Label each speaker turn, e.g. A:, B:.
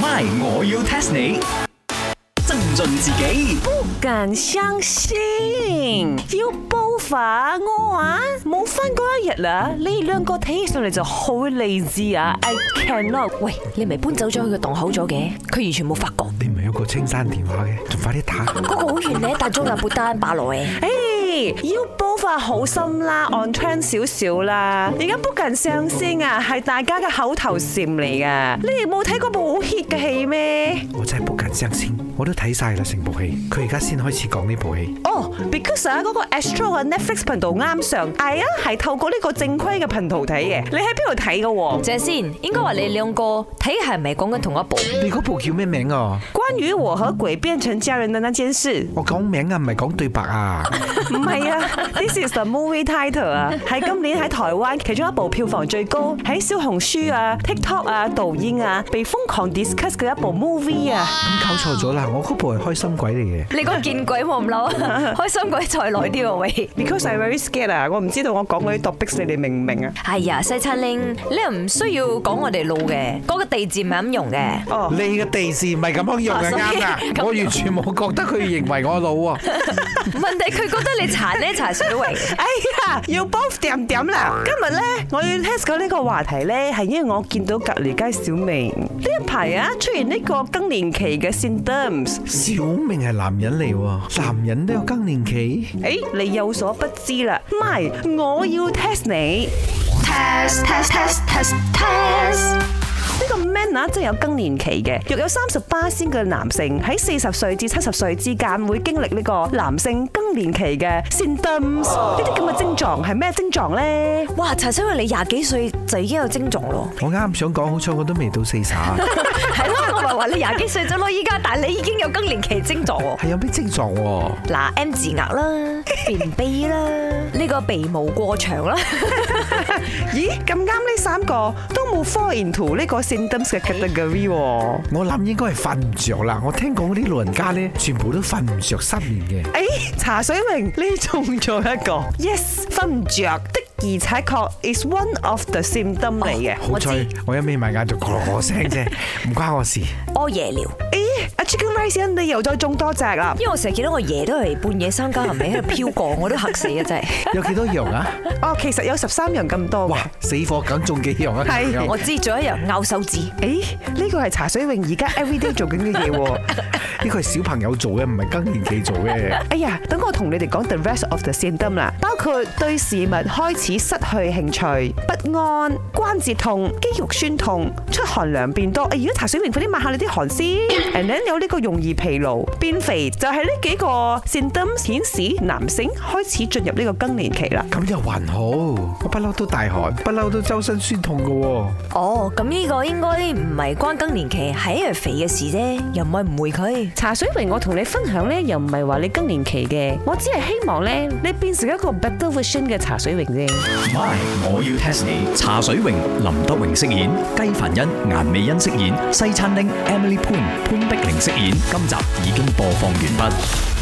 A: My，我要 test 你。增進自己，
B: 敢相信，要煲飯我啊，冇翻嗰一日啦，你兩個睇起上嚟就好理智啊，I cannot。
C: 喂，你咪搬走咗佢嘅檔口咗嘅，佢完全冇發覺。
D: 你唔係有個青山電話嘅，仲快啲打。
C: 嗰個好遠咧，但中立撥單霸落嚟。
B: 誒，要煲飯好心啦，on trend 少少啦。而家 book 緊上先啊，係大家嘅口頭禪嚟㗎。你哋冇睇嗰部好 hit 嘅戲咩？
D: 我真係不敢相信，我都睇晒啦成部戲，佢而家先開始講呢部戲。
B: 哦，because 啊嗰個 Astro 嘅 Netflix 頻道啱上，係啊，係透過呢個正規嘅頻道睇嘅。你喺邊度睇嘅喎？
C: 謝先，應該話你兩個睇係咪講緊同一部？
D: 你嗰部叫咩名啊？
B: 關於我和鬼變成家人的那件事，
D: 我講名啊，唔係講對白啊。
B: 唔係 啊，This is the movie title 啊，係今年喺台灣其中一部票房最高，喺小紅書啊、TikTok 啊、抖音啊被瘋狂 discuss 嘅一部 movie 啊。
D: 咁搞錯咗啦，我嗰部係開心鬼嚟 嘅。
C: 你個見鬼冇咁嬲，啊 開心鬼再耐啲喎喂！
B: Because I very scared 啊，我唔知道我講嗰啲 topics 你哋明唔明啊？
C: 哎呀，西餐拎，你又唔需要講我哋老嘅，嗰、個地字唔係咁用嘅。
B: 哦，
D: 你嘅地址唔係咁樣用嘅啱啦，我完全冇覺得佢認為我老啊。
C: 問題佢覺得你殘呢殘水圍。
B: 哎呀，要 both 點點啦！今日咧，我要 test 講呢個話題咧，係因為我見到隔離街小明呢一排啊出現呢個更年期嘅 symptoms。
D: 小明係男人嚟喎，男人都有更年期。
B: 誒，你有所不知啦，唔係，我要 test 你。
E: test test test test test
B: 呢個 man 啊，真係有更年期嘅，約有三十八先嘅男性喺四十歲至七十歲之間會經歷呢個男性更年期嘅 symptoms。呢啲咁嘅症狀係咩症狀咧？
C: 哇！茶水榮，你廿幾歲就已經有症狀咯，
D: 我啱想講，好彩我都未到四 十。
C: 係咯，我咪話你廿幾歲咗咯，依家但係你已經有更年期症狀喎。
D: 係有咩症狀喎？
C: 嗱，M 字額 啦，便秘啦，呢個鼻毛過長 啦，
B: 咦，咁啱呢三個都冇 fall into 呢個 symptoms 嘅 category 喎。
D: 我諗應該係瞓唔着啦。我聽講嗰啲老人家咧，全部都瞓唔着失眠嘅。
B: 誒，哎茶水明，你中咗一個，yes，瞓唔着的而且確 is one of the symptom 嚟嘅。
D: 好彩我一眯埋眼就咯咯聲啫，唔關我事。
C: 屙夜尿。
B: 誒，哎阿 Chicken Rice，你又再中多隻啦。
C: 因為我成日見到我爺都係半夜三更係咪喺度飄過，我都嚇死啊 真係。
D: 有幾多樣啊？
B: 哦，其實有十三樣咁多嘅
D: 哇。！死火梗中幾樣啊？
B: 係
C: 我知咗一樣咬手指，
B: 誒，呢個係茶水泳 而家 everyday 做緊嘅嘢喎。
D: 呢個係小朋友做嘅，唔係更年期做嘅。
B: 哎呀，等我同你哋講 the rest of the symptom 啦，包括對事物開始失去興趣、不安、關節痛、肌肉酸痛、出汗量變多。哎，如果茶水泳快啲抹下你啲汗 先。And then 有呢個容易疲勞、變肥，就係呢幾個 symptom 顯示男性開始進入呢個更年期啦。
D: 咁又還好，我不嬲都大汗，不嬲都周身酸痛嘅喎。
C: 哦，咁呢個應該唔係關更年期，係因為肥嘅事啫，又唔係誤會佢。
B: 茶水榮，我同你分享呢，又唔係話你更年期嘅，我只係希望呢，你變成一個 better version 嘅茶水榮啫。
A: My，我要 test 你。茶水榮、林德榮飾演，雞凡欣、顏美欣飾演，西餐廳 Emily Poon 潘碧玲飾演。今集已經播放完畢。